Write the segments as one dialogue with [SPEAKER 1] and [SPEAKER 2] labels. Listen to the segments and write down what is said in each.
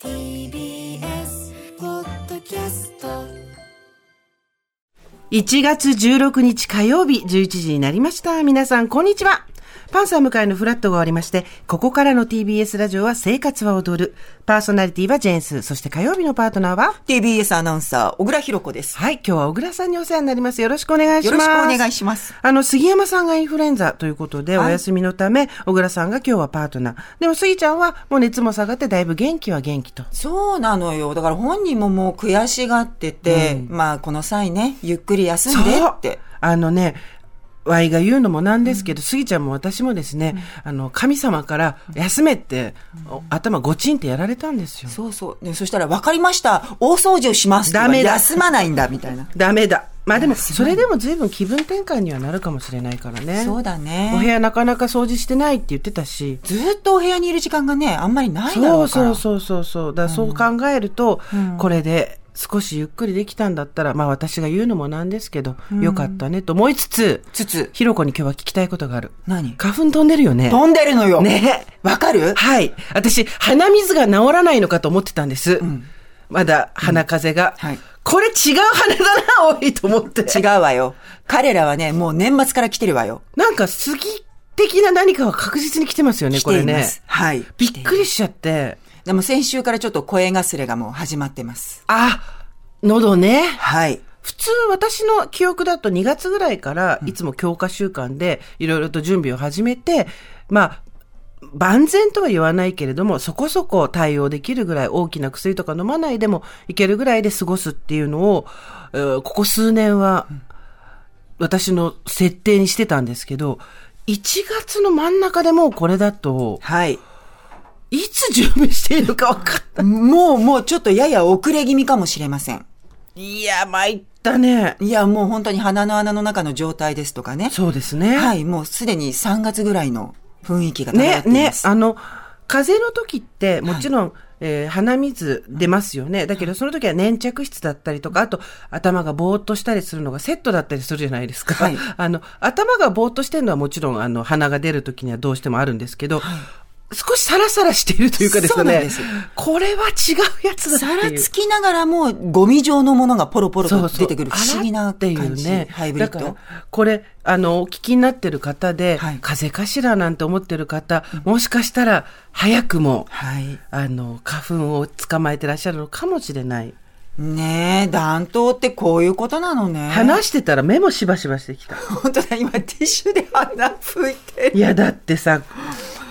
[SPEAKER 1] TBS ポッドキャスト
[SPEAKER 2] 1月16日火曜日11時になりました。皆さん、こんにちは。パンサー向かいのフラットが終わりまして、ここからの TBS ラジオは生活は踊る。パーソナリティはジェーンス。そして火曜日のパートナーは
[SPEAKER 3] TBS アナウンサー、小倉弘子です。
[SPEAKER 2] はい、今日は小倉さんにお世話になります。よろしくお願いし
[SPEAKER 3] よ
[SPEAKER 2] ま
[SPEAKER 3] ろし
[SPEAKER 2] す。
[SPEAKER 3] くお願いします。
[SPEAKER 2] あの、杉山さんがインフルエンザということで、
[SPEAKER 3] はい
[SPEAKER 2] お休みのため、小倉さんが今日はパートナー。でも、杉ちゃんはもう熱も下がって、だいぶ元気は元気と。
[SPEAKER 3] そうなのよ。だから本人ももう悔しがってて、まあこの際ね、ゆっくり休んでって。
[SPEAKER 2] あのね、ワイが言うのもなんですけど、スギちゃんも私もですね、あの、神様から休めって、お頭ごちんってやられたんですよ。
[SPEAKER 3] そうそう。ね、そしたら、分かりました。大掃除をしますとか。
[SPEAKER 2] ダメだ
[SPEAKER 3] 休まないんだ、みたいな。
[SPEAKER 2] ダメだ。まあでも、それでも随分気分転換にはなるかもしれないからね。
[SPEAKER 3] そうだね。
[SPEAKER 2] お部屋なかなか掃除してないって言ってたし。
[SPEAKER 3] ずっとお部屋にいる時間がね、あんまりないだ
[SPEAKER 2] そ
[SPEAKER 3] ろ
[SPEAKER 2] う
[SPEAKER 3] うから。
[SPEAKER 2] そうそうそうそう。だからそう考えると、これで少しゆっくりできたんだったら、まあ私が言うのもなんですけど、よかったねと思いつつ、
[SPEAKER 3] つつ、
[SPEAKER 2] ひろこに今日は聞きたいことがある。
[SPEAKER 3] 何
[SPEAKER 2] 花粉飛んでるよね。
[SPEAKER 3] 飛んでるのよ。
[SPEAKER 2] ね。
[SPEAKER 3] わかる
[SPEAKER 2] はい。私、鼻水が治らないのかと思ってたんです。まだ鼻風邪が、
[SPEAKER 3] うんはい
[SPEAKER 2] これ違う鼻だな、多い と思って。
[SPEAKER 3] 違うわよ。彼らはね、もう年末から来てるわよ。
[SPEAKER 2] なんか、杉的な何かは確実に来てますよね、
[SPEAKER 3] 来
[SPEAKER 2] こ
[SPEAKER 3] て
[SPEAKER 2] れ
[SPEAKER 3] いま
[SPEAKER 2] ね。
[SPEAKER 3] す。はい。
[SPEAKER 2] びっくりしちゃって。
[SPEAKER 3] でも先週からちょっと声がすれがもう始まってます。
[SPEAKER 2] あ、喉ね。
[SPEAKER 3] はい。
[SPEAKER 2] 普通、私の記憶だと2月ぐらいから、いつも強化週間で、いろいろと準備を始めて、まあ、万全とは言わないけれども、そこそこ対応できるぐらい大きな薬とか飲まないでもいけるぐらいで過ごすっていうのを、えーここ数年は私の設定にしてたんですけど、1月の真ん中でもうこれだと、
[SPEAKER 3] はい。
[SPEAKER 2] いつ準備しているか分かんない。
[SPEAKER 3] もう、もうちょっとやや遅れ気味かもしれません。
[SPEAKER 2] いや、参ったね。
[SPEAKER 3] いや、もう本当に鼻の穴の中の状態ですとかね。
[SPEAKER 2] そうですね。
[SPEAKER 3] はい、もうすでに3月ぐらいの雰囲気が漂っ
[SPEAKER 2] ね、
[SPEAKER 3] てい
[SPEAKER 2] ね
[SPEAKER 3] ま、す。
[SPEAKER 2] あの、風邪の時って、もちろん、えー鼻水出ますよね。だけど、その時は粘着質だったりとか、あと、頭がぼーっとしたりするのがセットだったりするじゃないですか。
[SPEAKER 3] は い
[SPEAKER 2] あの、頭がぼーっとしてるのはもちろん、あの、鼻が出る時にはどうしてもあるんですけど、少しサラサラしているというかです
[SPEAKER 3] そうな
[SPEAKER 2] ね。
[SPEAKER 3] んです
[SPEAKER 2] これは違うやつだっていう。
[SPEAKER 3] さらつきながらもゴミ状のものがポロポロ
[SPEAKER 2] そ
[SPEAKER 3] と
[SPEAKER 2] うそう
[SPEAKER 3] 出てくる不思議な感じ。
[SPEAKER 2] 洗っていうね。
[SPEAKER 3] ハイブリッ
[SPEAKER 2] だ
[SPEAKER 3] ド
[SPEAKER 2] か。らこれ、あの、お聞きになってる方で、
[SPEAKER 3] はい
[SPEAKER 2] 風邪かしらなんて思ってる方、もしかしたら、早くも、
[SPEAKER 3] はい。
[SPEAKER 2] あの、花粉を捕まえてらっしゃるのかもしれない。
[SPEAKER 3] ねえ、暖冬ってこういうことなのね。
[SPEAKER 2] 話してたら目もしばしばしてきた。
[SPEAKER 3] 本当だ、今ティッシュで鼻拭いて
[SPEAKER 2] いや、だってさ、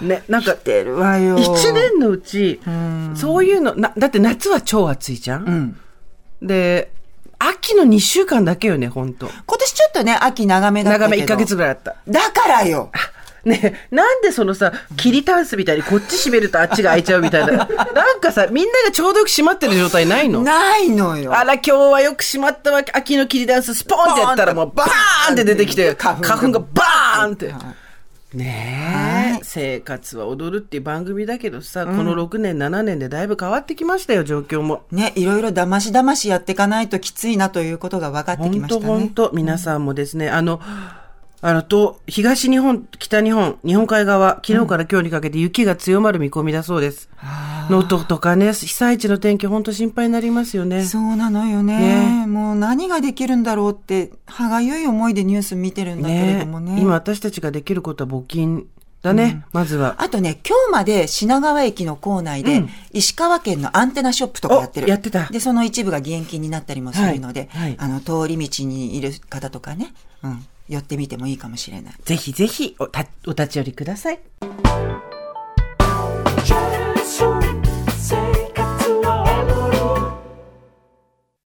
[SPEAKER 2] ね、なんか、
[SPEAKER 3] てるわ よ。
[SPEAKER 2] 一年のうち、そういうの、な、だって夏は超暑いじゃん、
[SPEAKER 3] うん。
[SPEAKER 2] で、秋の2週間だけよね、ほんと。
[SPEAKER 3] 今年ちょっとね、秋長めだったけ
[SPEAKER 2] 長
[SPEAKER 3] ど。
[SPEAKER 2] め1ヶ月ぐらいあった。
[SPEAKER 3] だからよ。
[SPEAKER 2] ねえなんでそのさ、切りタンスみたいにこっち閉めるとあっちが開いちゃうみたいな。なんかさ、みんながちょうどよく閉まってる状態ないの
[SPEAKER 3] ないのよ。
[SPEAKER 2] あら、今日はよく閉まったわけ。秋の切りダンス、スポーンってやったら、もう、バーンって出てきて、花
[SPEAKER 3] 花粉
[SPEAKER 2] 粉
[SPEAKER 3] が
[SPEAKER 2] がバーンって。ね
[SPEAKER 3] は
[SPEAKER 2] え、生活は踊るっていう番組だけどさ、この6年、7年でだいぶ変わってきましたよ、状況も。
[SPEAKER 3] ね、いろいろだましだましやっていかないときついなということが分かってき
[SPEAKER 2] 本
[SPEAKER 3] ま
[SPEAKER 2] 当
[SPEAKER 3] したね
[SPEAKER 2] 本。当皆さんもですね、あの、あの、と、東日本、北日本、日本海側、昨日から今日にかけて雪が強まる見込みだそうです。能登とかね、被災地の天気、本当心配になりますよね。
[SPEAKER 3] そうなのよねもう何ができるんだろうって、歯がゆい思いでニュース見てるんだけれ
[SPEAKER 2] ね
[SPEAKER 3] どもね。
[SPEAKER 2] 今私たちができることは募金だね、まずは。
[SPEAKER 3] あとね、今日まで品川駅の構内で、石川県のアンテナショップとかやって
[SPEAKER 2] お
[SPEAKER 3] る。
[SPEAKER 2] やってた
[SPEAKER 3] で、その一部が義援金になったりもするので、
[SPEAKER 2] はいはい
[SPEAKER 3] あの、通り道にいる方とかね、うん、寄ってみてもいいかもしれない。
[SPEAKER 2] ぜひぜひおたお立ち寄りください。